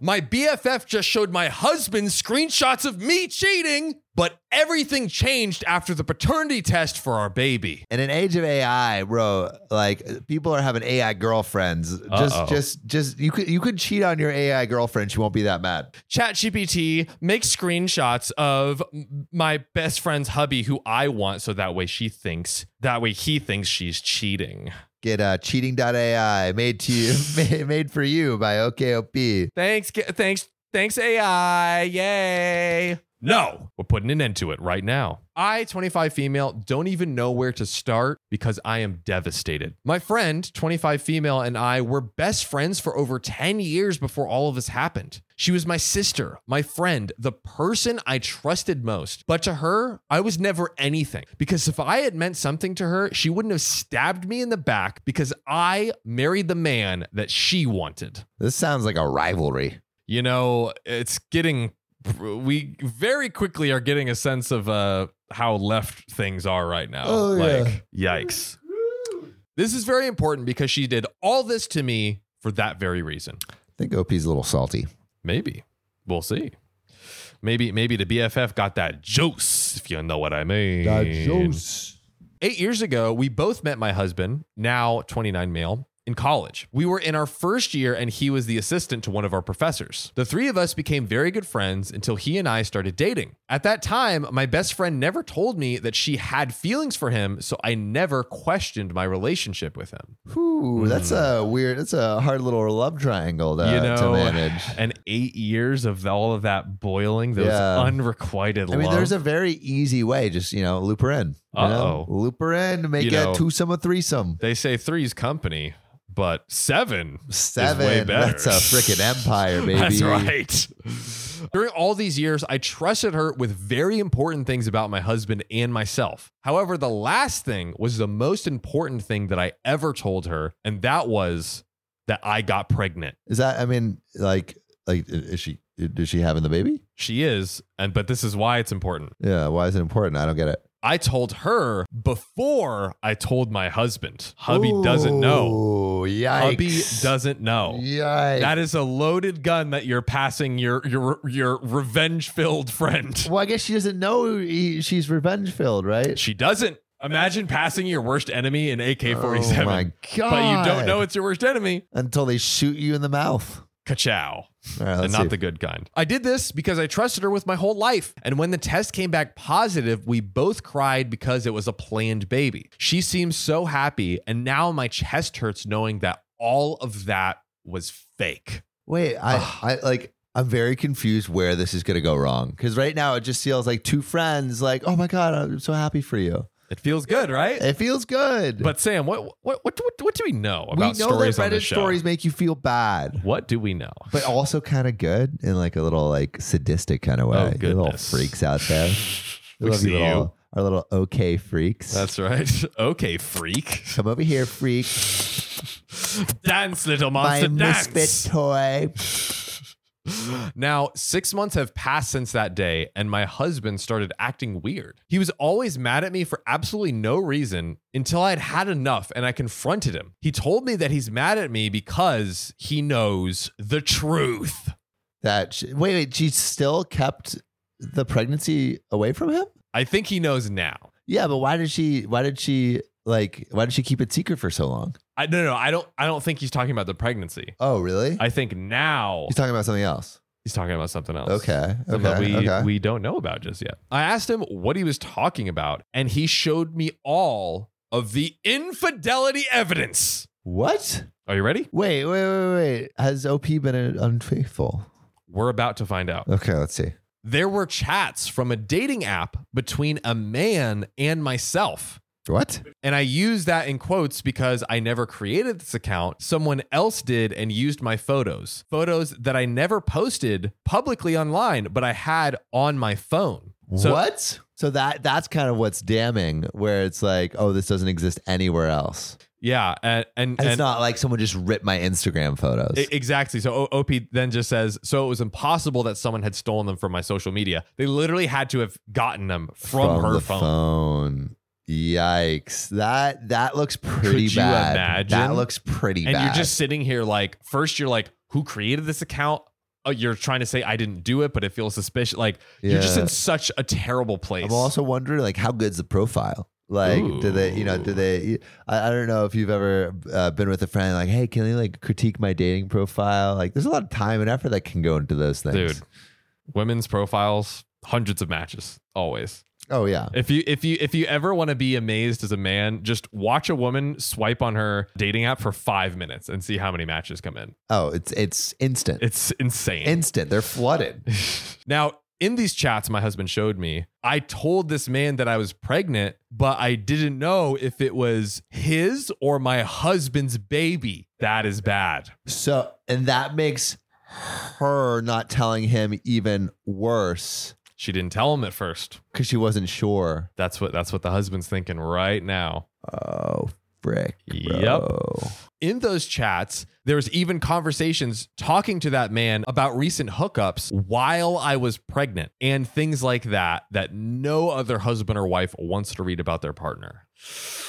My BFF just showed my husband screenshots of me cheating, but everything changed after the paternity test for our baby. In an age of AI, bro, like people are having AI girlfriends. Uh-oh. Just, just, just you could you could cheat on your AI girlfriend. She won't be that mad. ChatGPT makes screenshots of m- my best friend's hubby who I want so that way she thinks that way he thinks she's cheating. Get uh, cheating.ai made to you, made, made for you by OKOP. Thanks ge- thanks thanks AI. Yay. No, we're putting an end to it right now. I, 25 female, don't even know where to start because I am devastated. My friend, 25 female, and I were best friends for over 10 years before all of this happened. She was my sister, my friend, the person I trusted most. But to her, I was never anything because if I had meant something to her, she wouldn't have stabbed me in the back because I married the man that she wanted. This sounds like a rivalry. You know, it's getting we very quickly are getting a sense of uh how left things are right now. Oh, like yikes. This is very important because she did all this to me for that very reason. I think OP's a little salty. Maybe. We'll see. Maybe maybe the BFF got that juice, if you know what I mean. Eight years ago, we both met my husband, now 29 male, in college. We were in our first year, and he was the assistant to one of our professors. The three of us became very good friends until he and I started dating. At that time, my best friend never told me that she had feelings for him, so I never questioned my relationship with him. Ooh, that's a weird. That's a hard little love triangle to, Hmm. You to know, manage. And eight years of all of that boiling, those Yeah. unrequited I mean, love. there's a very easy way. Just you know, loop her in. You know? Uh-oh. loop her in. Make You know- a twosome a threesome. they say three's company, but seven Seven. better. That's a freaking empire, baby. That's right. During all these years, I trusted her with very important things about my husband and myself. However, the last thing was the most important thing that I ever told her, and that was that I got pregnant. Is that? I mean, like, like, is she? Is she having the baby? She is, and but this is why it's important. Yeah. Why is it important? I don't get it. I told her before I told my husband. Hubby doesn't know. Ooh, Yikes. Hubby doesn't know. Yikes. That is a loaded gun that you're passing your your your revenge-filled friend. well, I guess she doesn't know he, she's revenge filled, right? She doesn't. Imagine passing your worst enemy in AK Oh 47. my god! but you don't know it's your worst enemy. until they shoot you in the mouth. Ka-chow. All right, and let's not see. the good kind. I did this because I trusted her with my whole life. And when the test came back positive, we both cried because it was a planned baby. She seems so happy. And now my chest hurts knowing that all of that was fake. Wait, Ugh. I, I like I'm very confused where this is gonna go wrong because right now it just feels like two friends like, oh my god, I'm so happy for you. It feels good, right? It feels good. But Sam, what what what what, what do we know we know about that stories on Reddit this show? stories make you feel bad, What do we know? but also kind of good in like a little like sadistic kind of way. Oh, you little goodness. freaks out there. We love see you, you. little, our little okay freaks. That's right. Okay, freak. Come over here, freak. dance, little My monster, misfit dance. toy. Now, six months have passed since that day, and my husband started acting weird. He was always mad at me for absolutely no reason until I'd had enough and I confronted him. He told me that he's mad at me because he knows the truth. That she, wait, wait, she still kept the pregnancy away from him. I think he knows now. Yeah, but why did she? Why did she like? Why did she keep it secret for so long? I no no, I don't I don't think he's talking about the pregnancy. Oh, really? I think now He's talking about something else. he's talking about something else. Okay. Something that Okay. we okay. we don't know about just yet. I asked him what he was talking about, and he showed me all of the infidelity evidence. what? Are you ready? Wait, wait, wait, wait. Has OP been unfaithful? We're about to find out. Okay, let's see. There were chats from a dating app between a man and myself. What? And I use that in quotes because I never created this account. Someone else did and used my photos, photos that I never posted publicly online, but I had on my phone. So what? So that that's kind of what's damning, where it's like, oh, this doesn't exist anywhere else. yeah, and and, And it's and- not like someone just ripped my Instagram photos. I- E-, Exactly. So O- OP then just says, so it was impossible that someone had stolen them from my social media. They literally had to have gotten them from, her the phone. phone. Yikes! That that looks pretty you bad. imagine? That looks pretty And bad. you're just sitting here like, first you're like, who created this account? oh, you're trying to say I didn't do it, but it feels suspicious. Like you're just Yeah. in such a terrible place. I'm also wondering like how good's the profile? Like, do they, you know, do Ooh. they? I, I don't know if you've ever uh, been with a friend like, hey, can they like critique my dating profile? Like, there's a lot of time and effort that can go into those things. dude. Women's profiles, hundreds of matches, always. Oh yeah, If you if you if you ever want to be amazed as a man, just watch a woman swipe on her dating app for five minutes and see how many matches come in. oh it's it's instant, It's insane. instant. They're flooded. now, in these chats my husband showed me, I told this man that I was pregnant, but I didn't know if it was his or my husband's baby. That is bad. So, and that makes her not telling him even worse She didn't tell him at first. because she wasn't sure. That's what that's what the husband's thinking right now. Oh, frick. Yep. In those chats, there was even conversations talking to that man about recent hookups while I was pregnant and things like that that no other husband or wife wants to read about their partner.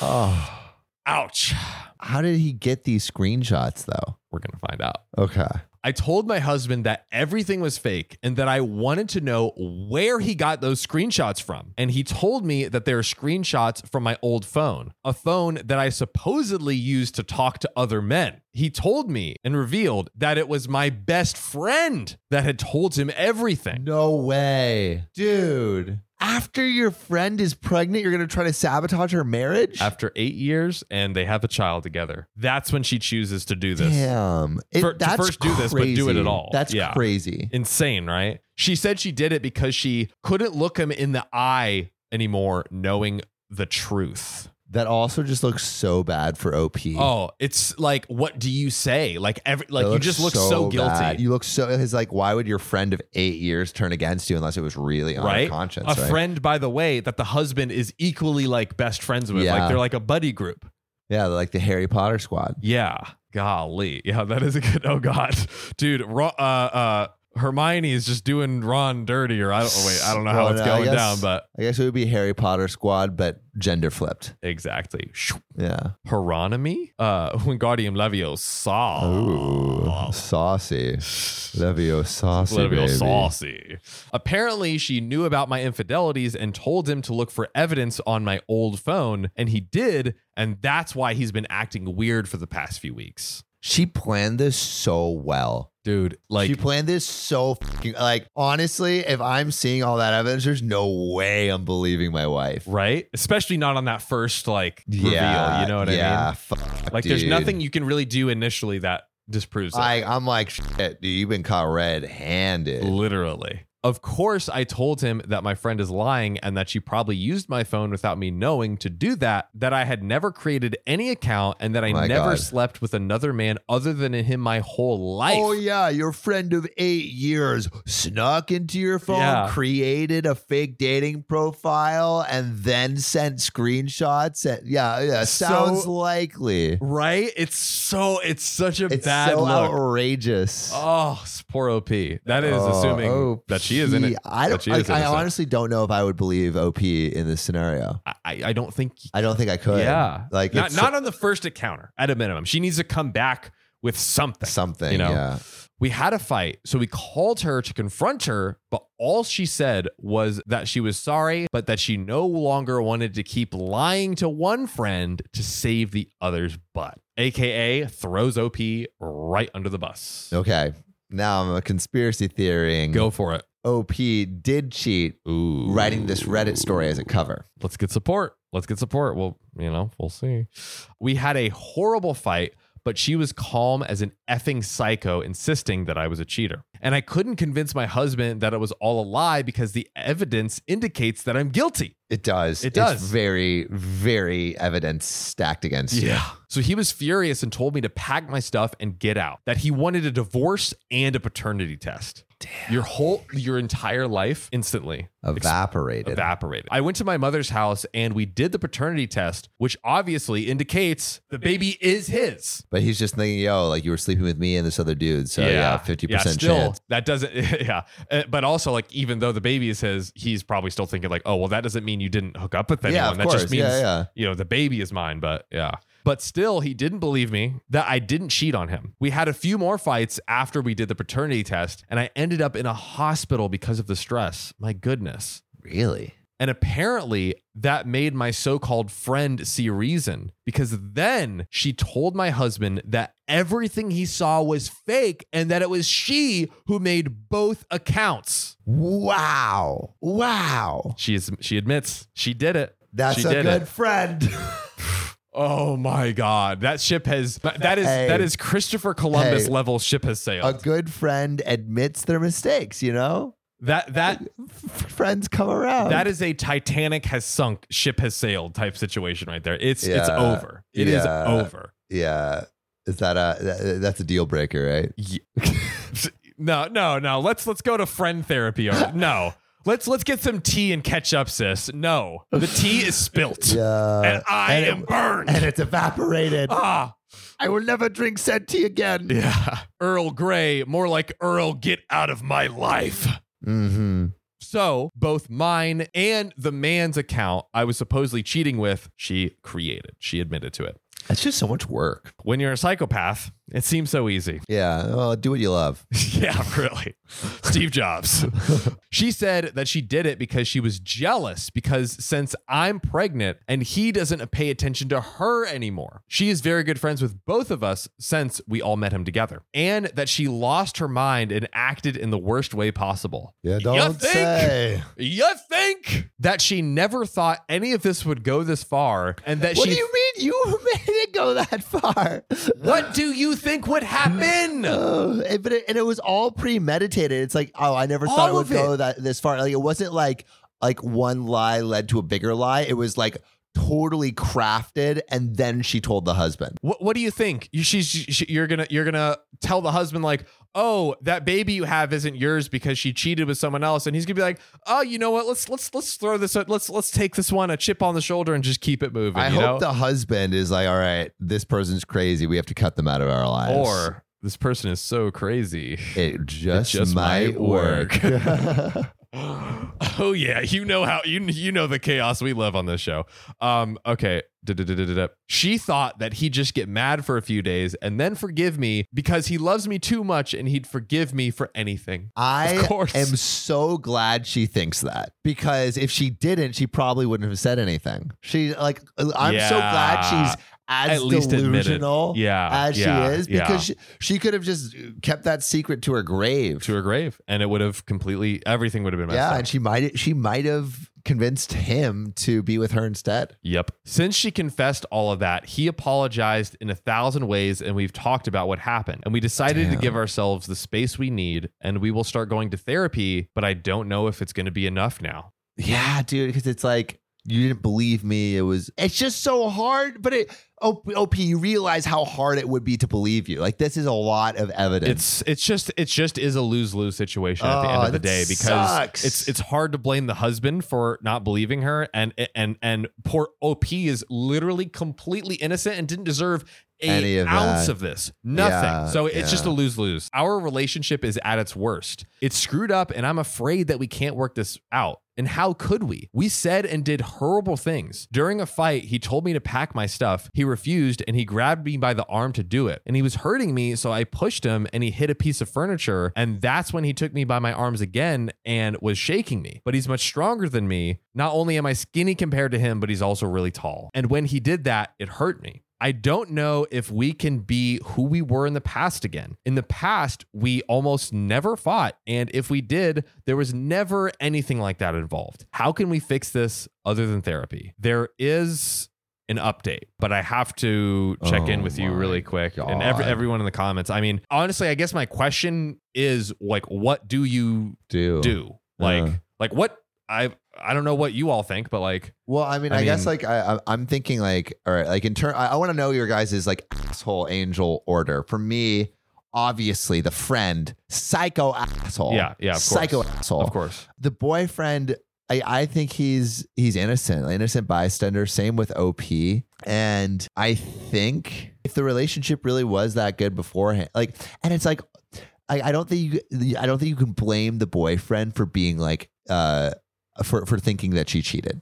Oh, Ouch. how did he get these screenshots though? We're going to find out. Okay. I told my husband that everything was fake and that I wanted to know where he got those screenshots from. And he told me that they are screenshots from my old phone, a phone that I supposedly used to talk to other men. He told me and revealed that it was my best friend that had told him everything. No way. Dude, after your friend is pregnant, you're going to try to sabotage her marriage? After eight years and they have a child together, that's when she chooses to do this. Damn. It- For- to that's first do this, but do it at crazy. all. That's Yeah. crazy. Insane, right? She said she did it because she couldn't look him in the eye anymore, knowing the truth. That also just looks so bad for OP. Oh, it's like, what do you say? Like every, It like you looks just look so, guilty. bad. You look so. It's like, why would your friend of eight years turn against you unless it was really on Right? her conscience? a right? friend, by the way, that the husband is equally like best friends with. Like Yeah. they're like a buddy group. Yeah, like the Harry Potter squad. Yeah. Golly. Yeah, that is a good. Oh God, dude. Ro- uh, uh, Hermione is just doing Ron dirty, or I don't. Wait, I don't know how Well, it's no, I going guess- down, but I guess it would be Harry Potter squad, but gender flipped. exactly. Shoo. Yeah. Hieronymy, uh, Wingardium Leviosa. Ooh, saucy. Levio saucy. Levio baby. saucy. Apparently, she knew about my infidelities and told him to look for evidence on my old phone, and he did, and that's why he's been acting weird for the past few weeks. She planned this so well. Dude, like she planned this so fucking, like honestly. If I'm seeing all that evidence, there's no way I'm believing my wife. right? Especially not on that first like reveal, you know what yeah, I mean? fuck, Like there's dude. nothing you can really do initially that disproves it. Like I'm like, shit, dude, you've been caught red-handed. Literally. Of course, I told him that my friend is lying and that she probably used my phone without me knowing to do that, that I had never created any account, and that I My never God. slept with another man other than him my whole life. Oh yeah, your friend of eight years snuck into your phone, Yeah. created a fake dating profile, and then sent screenshots. And yeah, yeah, So- sounds likely. Right? It's so, it's such a It's bad so look. outrageous. Oh, s- poor OP. That is Oh, assuming OP. that she is in it. I that don't. she I, is I innocent. honestly don't know if I would believe OP in this scenario. I, I don't think. I don't think I could. Yeah. like not, it's not on the first encounter, at a minimum. She needs to come back with something. something. you know? yeah. We had a fight, so we called her to confront her, but all she said was that she was sorry, but that she no longer wanted to keep lying to one friend to save the other's butt. AKA throws OP right under the bus. Okay. Now I'm a conspiracy theorying. Go for it. OP did cheat Ooh. writing this Reddit story as a cover. Let's get support. Let's get support. Well, you know, we'll see. We had a horrible fight, but she was calm as an effing psycho, insisting that I was a cheater. And I couldn't convince my husband that it was all a lie because the evidence indicates that I'm guilty. It does. It does. It's very, very evidence stacked against you. So he was furious and told me to pack my stuff and get out. That he wanted a divorce and a paternity test. Damn. Your whole your entire life instantly. Evaporated. evaporated. I went to my mother's house and we did the paternity test, which obviously indicates the baby is his. but he's just thinking, yo, like you were sleeping with me and this other dude. So yeah, 50% Yeah, still, chance. That doesn't, yeah. Uh, But also, like, even though the baby is his, he's probably still thinking, like, oh, well, that doesn't mean you didn't hook up with anyone. Yeah, of that course. just means, yeah, yeah. you know, the baby is mine. But yeah. But still, he didn't believe me that I didn't cheat on him. We had a few more fights after we did the paternity test, and I ended up in a hospital because of the stress. My goodness. Really? And apparently, that made my so called friend see reason because then she told my husband that everything he saw was fake and that it was she who made both accounts. Wow. Wow. She, is, she admits she did it. That's She a did good it. friend. Oh my God. That ship has, that is, Hey. that is Christopher Columbus Hey. level ship has a sailed. good friend admits their mistakes, you know? that, that, F- friends come around. that is a Titanic has sunk, ship has sailed type situation right there. It's, it's Yeah. over. It is Yeah. over. yeah. Is that a that, that's a deal breaker, right? Ye- no, no, no. Let's let's go to friend therapy. Or, no, let's let's get some tea and catch up, sis. No, the tea is spilt, Yeah. and I and it- am burned. and it's evaporated. ah, I will never drink said tea again. yeah. Earl Grey, more like Earl, get out of my life. Mm-hmm. So both mine and the man's account I was supposedly cheating with, she created. She admitted to it. That's just so much work. When you're a psychopath, it seems so easy. Yeah. Well, do what you love. yeah, really. Steve Jobs. she said that she did it because she was jealous because since I'm pregnant and he doesn't pay attention to her anymore. She is very good friends with both of us since we all met him together. And that she lost her mind and acted in the worst way possible. Yeah. don't think? say. You think that she never thought any of this would go this far and that What she do you mean you made it go that far? What do you think would happen? Oh, and- but it, and it was all premeditated. It's like, oh, I never thought it All would of go that this far. Like it wasn't like like one lie led to a bigger lie. It was like totally crafted, and then she told the husband. What, what do you think? You, she's, she, you're gonna you're gonna tell the husband like, oh, that baby you have isn't yours because she cheated with someone else, and he's gonna be like, oh, you know what? Let's let's let's throw this let's let's take this one a chip on the shoulder and just keep it moving. I you hope know? the husband is like, all right, this person's crazy. We have to cut them out of our lives. or this person is so crazy. it just, just might, might work. oh yeah, you know how you you know the chaos we live on this show. Um, okay. Da-da-da-da-da-da. She thought that he'd just get mad for a few days and then forgive me because he loves me too much and he'd forgive me for anything. Of I course. am so glad she thinks that because if she didn't, she probably wouldn't have said anything. She like I'm so glad Yeah. she's as At least admit it. delusional Yeah, as yeah, she is yeah. because she, she could have just kept that secret to her grave. To her grave, and it would have completely everything would have been messed yeah, up. and she might she might have convinced him to be with her instead. Yep. Since she confessed all of that, he apologized in a thousand ways, and we've talked about what happened. And we decided Damn. to give ourselves the space we need, and we will start going to therapy, but I don't know if it's going to be enough now. Yeah, dude, because it's like you didn't believe me. It was it's just so hard, but it OP, OP you realize how hard it would be to believe you. Like this is a lot of It's evidence. it's just it's just is a lose lose situation at the Oh, end of the that day because sucks. it's it's hard to blame the husband for not believing her and and and poor OP is literally completely innocent and didn't deserve Any a of ounce that. of this nothing Yeah, so it's just a yeah. lose lose our relationship is at its worst it's screwed up and i'm afraid that we can't work this out and how could we we said and did horrible things during a fight he told me to pack my stuff he refused and he grabbed me by the arm to do it and he was hurting me so i pushed him and he hit a piece of furniture and that's when he took me by my arms again and was shaking me but he's much stronger than me not only am i skinny compared to him but he's also really tall and when he did that it hurt me I don't know if we can be who we were in the past again. In the past, we almost never fought. And if we did, there was never anything like that involved. How can we fix this other than therapy? There is an update, but I have to check in Oh with you my really quick. And every, God. everyone in the comments. I mean, honestly, I guess my question is like, what do you do. do? Like, Yeah. like what I I don't know what you all think, but like, Well, I mean, I I, guess mean- like I, I- I'm thinking like, all right, like in turn, I, I want to know your guys' like asshole angel order. For me, obviously the friend, psycho asshole. Yeah, yeah, of course. psycho asshole. of course. The boyfriend, I, I think he's he's innocent, innocent bystander. Same with OP, and I think if the relationship really was that good beforehand, like, and it's like, I, I don't think you, I don't think you can blame the boyfriend for being like, uh, for for thinking that she cheated.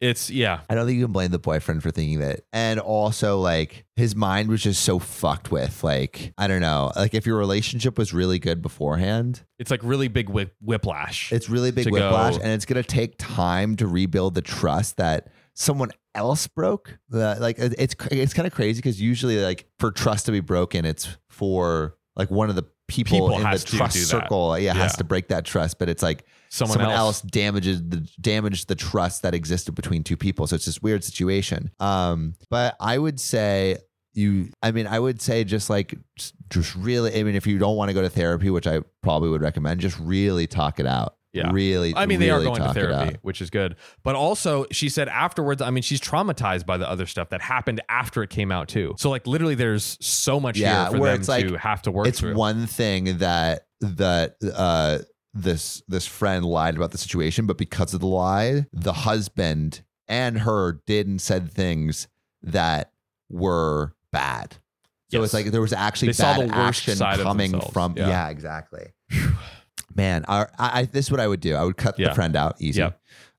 It's yeah. I don't think you can blame the boyfriend for thinking that. And also, like, his mind was just so fucked with. Like, I don't know. Like, if your relationship was really good beforehand, It's like really big whip, whiplash. it's really big To whiplash, go- and it's going to take time to rebuild the trust that someone else broke. The- like, it- it's cra- it's kind of crazy because usually, like, for trust to be broken, it's for like one of the people, People in has the to trust do that. circle. Yeah, has Yeah. to break that trust, but it's like someone, someone, else. damages the damaged the trust that existed between two people. So it's this weird situation. Um, but I would say you. I mean, I would say just like just- just really. I mean, if you don't want to go to therapy, which I probably would recommend, just really talk it out. Yeah. Really. I mean, they really are going to talk it out. therapy, which is good. But also, she said afterwards, I mean, she's traumatized by the other stuff that happened after it came out, too. So, like, literally, there's so much Yeah, here for where them it's like- to have to work it's through. one thing that that uh this this friend lied about the situation but because of the lie the husband and her did and said things that were bad so Yes. it's like there was actually They saw bad the worst action side of coming themselves. from Yeah. yeah, exactly man I, I this is what i would do i would cut Yeah. the friend out easy Yeah.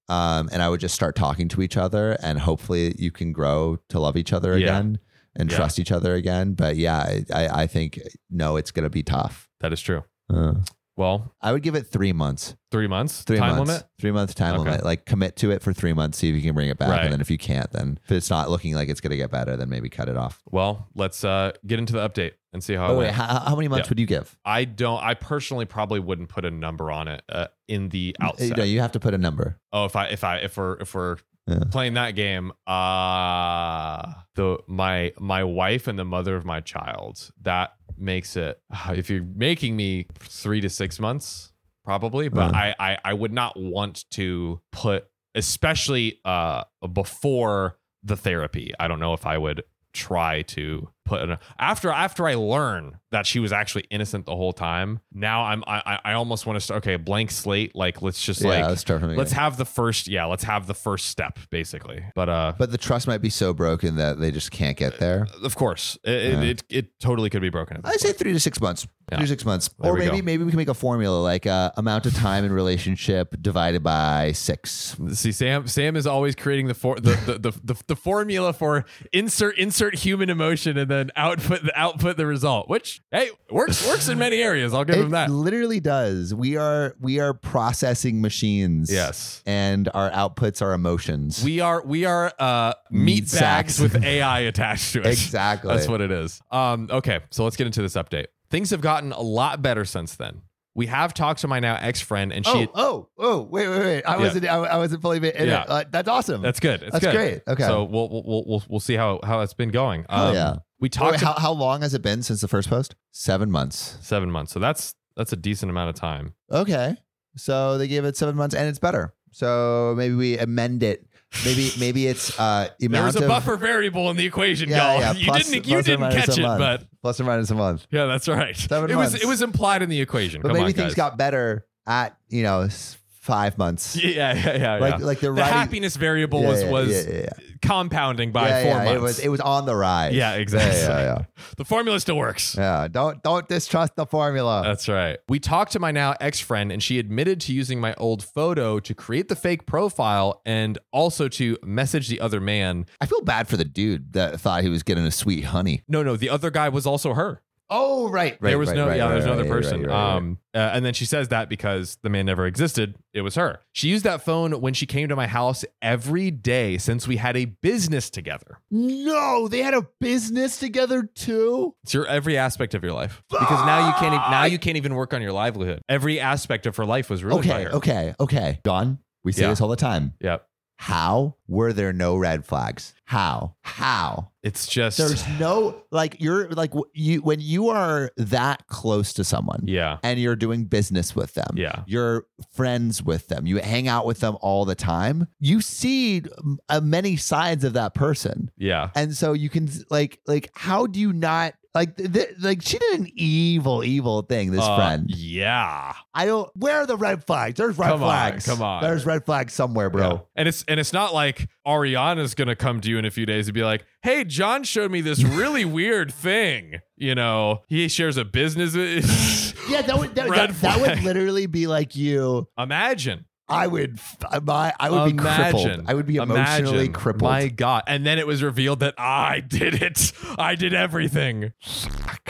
um and i would just start talking to each other and hopefully you can grow to love each other Yeah. again and Yeah. trust each other again but yeah I- i i think no it's gonna be tough That is true. Uh, Well, i would give it three months three months, three time months limit. three month time Okay. limit like commit to it for three months see if you can bring it back Right. and then if you can't then if it's not looking like it's gonna get better then maybe cut it off Well, let's uh, get into the update and see how oh it wait went. how, how many months Yeah. would you give I don't. I personally probably wouldn't put a number on it uh, in the Uh, outset. no you have to put a number oh, if I if I if we're if we're Yeah. playing that game, uh the my my wife and the mother of my child. That makes it. If you're making me three to six months, probably. But Uh. I, I I would not want to put, especially uh before the therapy. I don't know if I would try to put an after after I learn that she was actually innocent the whole time. Now I'm I I I almost want to start okay blank slate like let's just yeah like let's start from the let's beginning. have the first yeah let's have the first step basically. But uh but the trust might be so broken that they just can't get there of course it Yeah. it, it it totally could be broken. at this I say point. three to six months. Yeah. Three to six months, There or we maybe go. maybe we can make a formula like uh, amount of time in relationship divided by six. See, Sam. Sam is always creating the for the the, the, the the formula for insert insert human emotion and then output the output the result. Which hey works works in many areas. I'll give him it that. literally does. We are we are processing machines. Yes. and our outputs are emotions. We are we are uh, meat Meat bags sacks. with AI attached to it. exactly. That's what it is. Um, okay, so let's get into this update. Things have gotten a lot better since then. We have talked to my now ex friend, and she. oh oh oh! Wait wait wait! I Yeah. wasn't I, I wasn't fully in it. Yeah. Uh, that's awesome. That's good. It's That's good. great. Okay. So we'll we'll we'll- we'll we'll see how how it's been going. Um, Hell yeah. We Wait, talked how, how long has it been since the first post? Seven months. seven months, so that's that's a decent amount of time. Okay. So they gave it seven months and it's better. So maybe we amend it. Maybe maybe it's uh amount There was a of buffer variable in the equation, Yeah, y'all. yeah, you plus- didn't you plus or didn't minus catch a it, month. but plus or minus a month. yeah, that's right. Seven it was months. it was implied in the equation. But Come maybe on, things guys. got better at, you know, s- five months. yeah, yeah, yeah. yeah. Like like the, the writing, happiness variable Yeah, was yeah, was yeah, yeah, yeah. compounding by Yeah, four yeah, months. It was it was on the rise. yeah, exactly. Yeah, yeah, The formula still works. yeah. Yeah, Don't don't distrust the formula. That's right. We talked to my now ex friend, and she admitted to using my old photo to create the fake profile and also to message the other man. I feel bad for the dude that thought he was getting a sweet honey. No, no, the other guy was also her. Oh, right. right there was right, no, right, yeah, right, there's right, another right, person. right, right, right. Um, uh, and then she says that because the man never existed, it was her. She used that phone when she came to my house every day since we had a business together. No, they had a business together too. It's your every aspect of your life because now you can't e- now you can't even work on your livelihood. Every aspect of her life was ruined by Okay, her. okay, okay. Don, we say Yeah. this all the time. Yep. How were there no red flags? How? How? It's just There's no like you're like w- you when you are that close to someone yeah, and you're doing business with them. yeah. You're friends with them. You hang out with them all the time. You see um, uh, many sides of that person. Yeah. and so you can like like how do you not like th- th- like she did an evil evil thing this Uh, friend Yeah. i don't where are the red flags there's red Come on, flags come on. there's red flags somewhere Yeah. bro And it's and it's not like Ariana's gonna come to you in a few days and be like, hey, John showed me this really weird thing. You know, he shares a business. yeah, that would that, Red that, that would flag. literally be like you Imagine. I would, f- my, I would be crippled. I would be emotionally Imagine. crippled. My God. And then it was revealed that I did it. I did everything.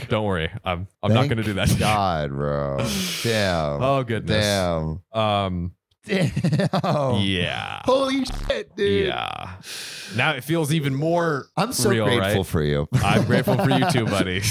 Don't worry. I'm, I'm not Thank going to do that. God, bro. Damn. Oh, goodness. Damn. Um, Damn. yeah. Holy shit, dude. Yeah. Now it feels even more. I'm so real, grateful right? for you. I'm grateful for you too, buddy.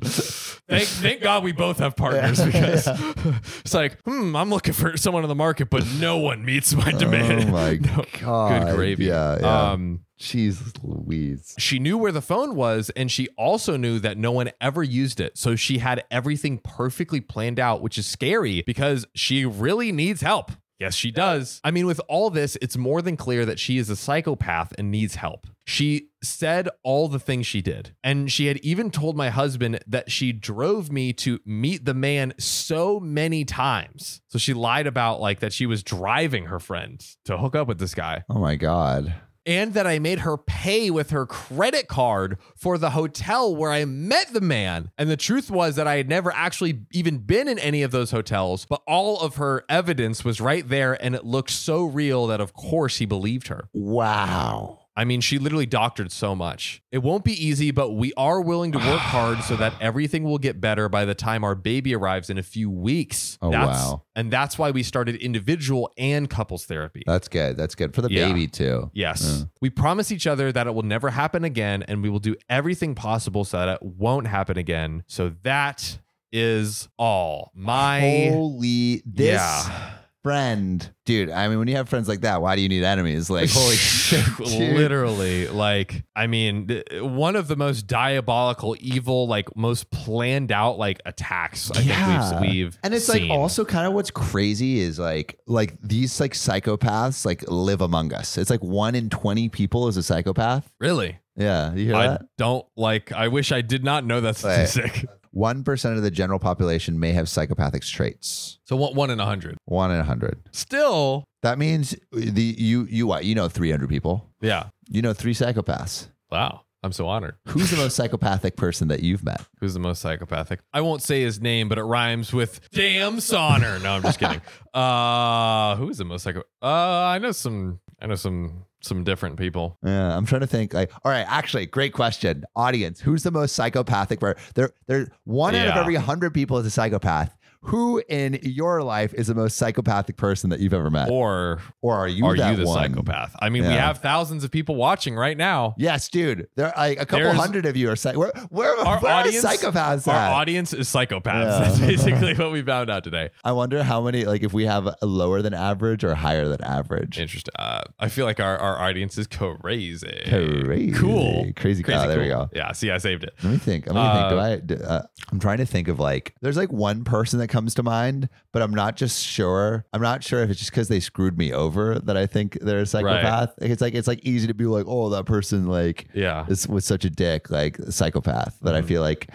thank, thank God we both have partners because it's like, hmm, I'm looking for someone on the market, but no one meets my demand. Oh my No. god. Good gravy. Yeah. yeah. Um, Jeez Louise. she knew where the phone was, and she also knew that no one ever used it. So she had everything perfectly planned out, which is scary because she really needs help. Yes, she does. I mean, with all this, it's more than clear that she is a psychopath and needs help. She said all the things she did. And she had even told my husband that she drove me to meet the man so many times. So she lied about like that she was driving her friend to hook up with this guy Oh my god. and that I made her pay with her credit card for the hotel where I met the man. And the truth was that I had never actually even been in any of those hotels, but all of her evidence was right there and it looked so real that, of course, he believed her. Wow. I mean, she literally doctored so much. It won't be easy, but we are willing to work hard so that everything will get better by the time our baby arrives in a few weeks. Oh, That's- wow. And that's why we started individual and couples therapy. That's good. That's good. For the Yeah. baby too. Yes. We promise each other that it will never happen again, and we will do everything possible so that it won't happen again. So that is all. My Holy this Yeah. friend. Dude, I mean when you have friends like that, why do you need enemies? Like holy shit. dude. Literally, like, I mean, th- one of the most diabolical, evil, like, most planned out, like, attacks I Yeah. think we've, we've And it's seen. like also kind of what's crazy is like like these like psychopaths like live among us. It's like one in twenty people is a psychopath. really, Yeah, you hear I that? don't like, I wish I did not know that Right. statistic. One percent of the general population may have psychopathic traits. So, one, one in a hundred. One in a hundred. Still, That means the you you what you know three hundred people. yeah. You know three psychopaths. Wow. I'm so honored. Who's the most psychopathic person that you've met? who's the most psychopathic. I won't say his name, but it rhymes with damn Sonner. No, I'm just kidding. Uh, who is the most psycho? Uh, I know some. I know some some different people. Yeah, I'm trying to think. Like, all right, actually, great question, audience. Who's the most psychopathic? per- There, there. One out Yeah. of every hundred people is a psychopath. Who in your life is the most psychopathic person that you've ever met, or, Or are you are that you the one? psychopath? I mean, we Yeah. have thousands of people watching right now. Yes, dude. There, like a couple There's- hundred of you are psych. Where, where, Our where audience- are psychopaths Our at? audience is psychopaths. Yeah. That's basically what we found out today. I wonder how many, like, if we have a lower than average or higher than average. Interesting. Uh, I feel like our, our audience is crazy. Crazy. Cool. Crazy cow. There we cool. go. Yeah. See, I saved it. Let me think. Let me think. Do I? Do, uh, I'm trying to think of like. There's like one person that comes to mind, but I'm not just sure. I'm not sure if it's just because they screwed me over that I think they're a psychopath. It's like it's like easy to be like, oh, that person like Yeah. is was such a dick, like psychopath. That I Mhm. feel like,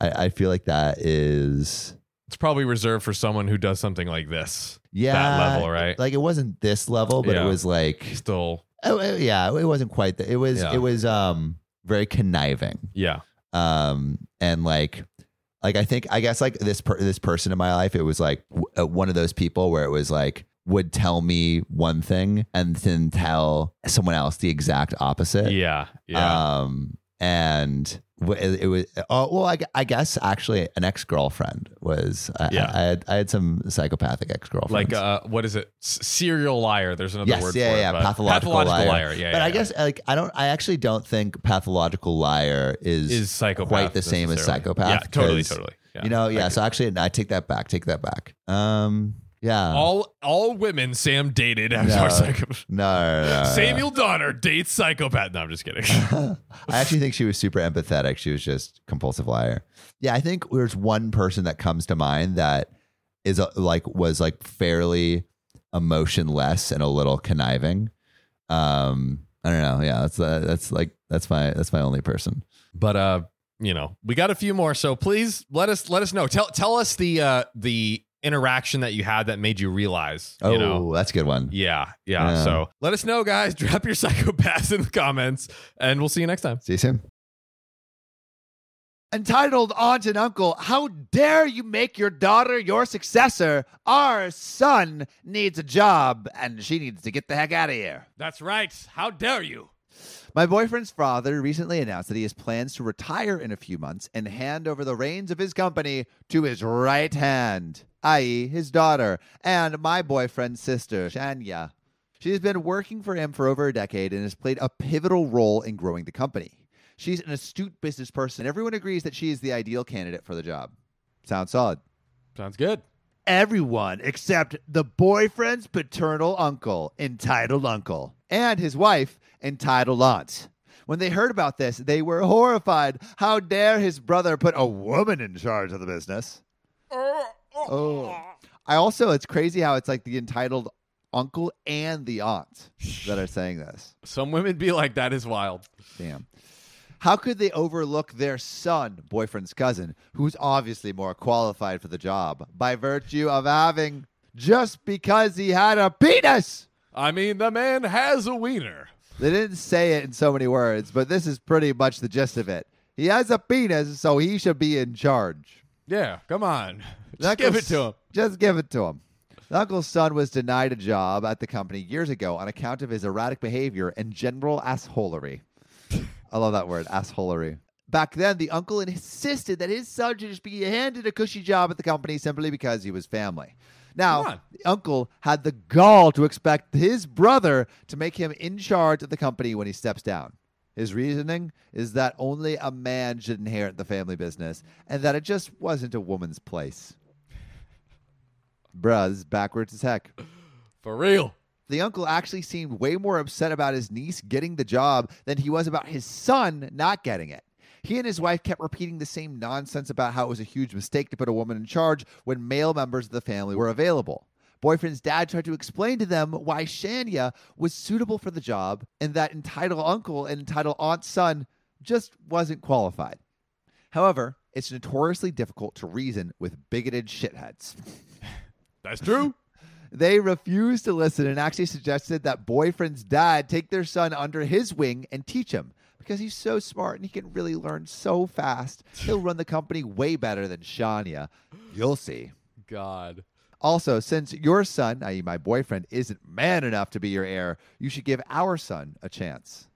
I, I feel like that is It's probably reserved for someone who does something like this. yeah, level, right? Like it wasn't this level, but Yeah. it was like, Still. oh oh, yeah, it wasn't quite. The, it was Yeah. it was um very conniving. Yeah. um and like like i think i guess like this per- this person in my life it was like w- uh, one of those people where it was like would tell me one thing and then tell someone else the exact opposite Yeah. Yeah. um and w- it, it was oh well I, gu- I guess actually an ex-girlfriend was I, Yeah. I, I had i had some psychopathic ex-girlfriends like uh, what is it? S- serial liar. There's another Yes, word yeah, for yeah, it. but- pathological liar. Yeah, but yeah, i yeah. guess uh, like i don't i actually don't think pathological liar is, is psychopath quite the same as necessarily. psychopath, Yeah, totally, 'cause, totally. Yeah. you know yeah Like, so actually i take that back take that back um yeah all all women Sam dated as No. our psychopath. No, no, no, no, no. Samuel Donner dates psychopath. No, I'm just kidding. I actually think she was super empathetic. She was just compulsive liar. Yeah, I think there's one person that comes to mind that is uh, like was like fairly emotionless and a little conniving. Um, I don't know. Yeah, that's uh, that's like that's my that's my only person. but uh, you know, we got a few more. So please let us let us know. Tell tell us the uh the interaction that you had that made you realize. Oh, you know, that's a good one. yeah, yeah. Yeah. So let us know, guys. Drop your psychopaths in the comments, and we'll see you next time. See you soon. entitled aunt and uncle, how dare you make your daughter your successor? Our son needs a job and she needs to get the heck out of here. That's right. How dare you? My boyfriend's father recently announced that he has plans to retire in a few months and hand over the reins of his company to his right hand, i.e., his daughter, and my boyfriend's sister, Shania. She has been working for him for over a decade and has played a pivotal role in growing the company. She's an astute business person, and everyone agrees that she is the ideal candidate for the job. Sounds solid Sounds good. everyone except the boyfriend's paternal uncle, entitled uncle, and his wife, entitled aunt. When they heard about this, they were horrified. How dare his brother put a woman in charge of the business? Oh. I also, it's crazy how it's like the entitled uncle and the aunt that are saying this. Some women be like, that is wild. Damn. How could they overlook their son, boyfriend's cousin, who's obviously more qualified for the job by virtue of having just because he had a penis? I mean, the man has a wiener. They didn't say it in so many words, but this is pretty much the gist of it. He has a penis, so he should be in charge. Yeah, come on. The Just give it uncle's- to him. Just give it to him. The uncle's son was denied a job at the company years ago on account of his erratic behavior and general assholery. I love that word, assholery. Back then, the uncle insisted that his son should just be handed a cushy job at the company simply because he was family. Come on. Now, the uncle had the gall to expect his brother to make him in charge of the company when he steps down. His reasoning is that only a man should inherit the family business and that it just wasn't a woman's place. Bruh, this is backwards as heck. For real. The uncle actually seemed way more upset about his niece getting the job than he was about his son not getting it. He and his wife kept repeating the same nonsense about how it was a huge mistake to put a woman in charge when male members of the family were available. Boyfriend's dad tried to explain to them why Shania was suitable for the job and that entitled uncle and entitled aunt's son just wasn't qualified. However, it's notoriously difficult to reason with bigoted shitheads. That's true. They refused to listen and actually suggested that boyfriend's dad take their son under his wing and teach him because he's so smart and he can really learn so fast. He'll run the company way better than Shania. You'll see. God. Also, since your son, i.e., my boyfriend, isn't man enough to be your heir, you should give our son a chance.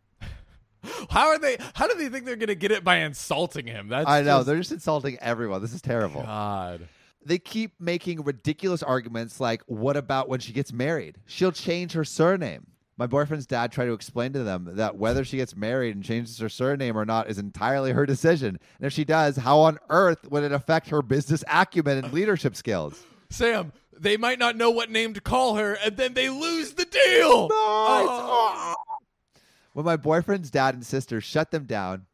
How are they? How do they think they're gonna get it by insulting him? That's I know, just- they're just insulting everyone. This is terrible. God. they keep making ridiculous arguments like, what about when she gets married? She'll change her surname. My boyfriend's dad tried to explain to them that whether she gets married and changes her surname or not is entirely her decision. And if she does, how on earth would it affect her business acumen and leadership skills? Sam, they might not know what name to call her, and then they lose the deal. Oh. When my boyfriend's dad and sister shut them down,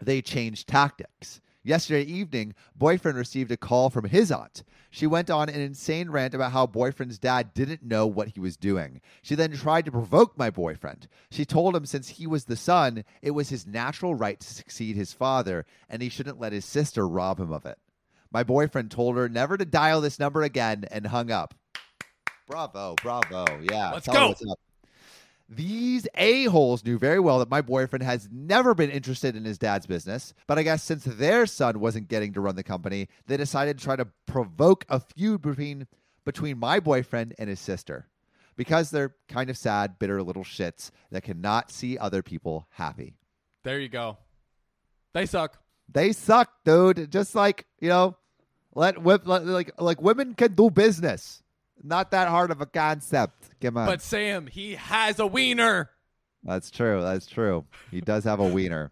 they changed tactics. Yesterday evening, boyfriend received a call from his aunt. She went on an insane rant about how boyfriend's dad didn't know what he was doing. She then tried to provoke my boyfriend. She told him since he was the son, it was his natural right to succeed his father, and he shouldn't let his sister rob him of it. My boyfriend told her never to dial this number again and hung up. Bravo, bravo. Yeah. Let's tell her go. what's up. These a-holes knew very well that my boyfriend has never been interested in his dad's business, but I guess since their son wasn't getting to run the company, they decided to try to provoke a feud between between my boyfriend and his sister. Because they're kind of sad, bitter little shits that cannot see other people happy. There you go. They suck. They suck, dude. Just like, you know, let, wo- let like like women can do business. Not that hard of a concept. Come on. But Sam, he has a wiener. That's true. That's true. He does have a wiener.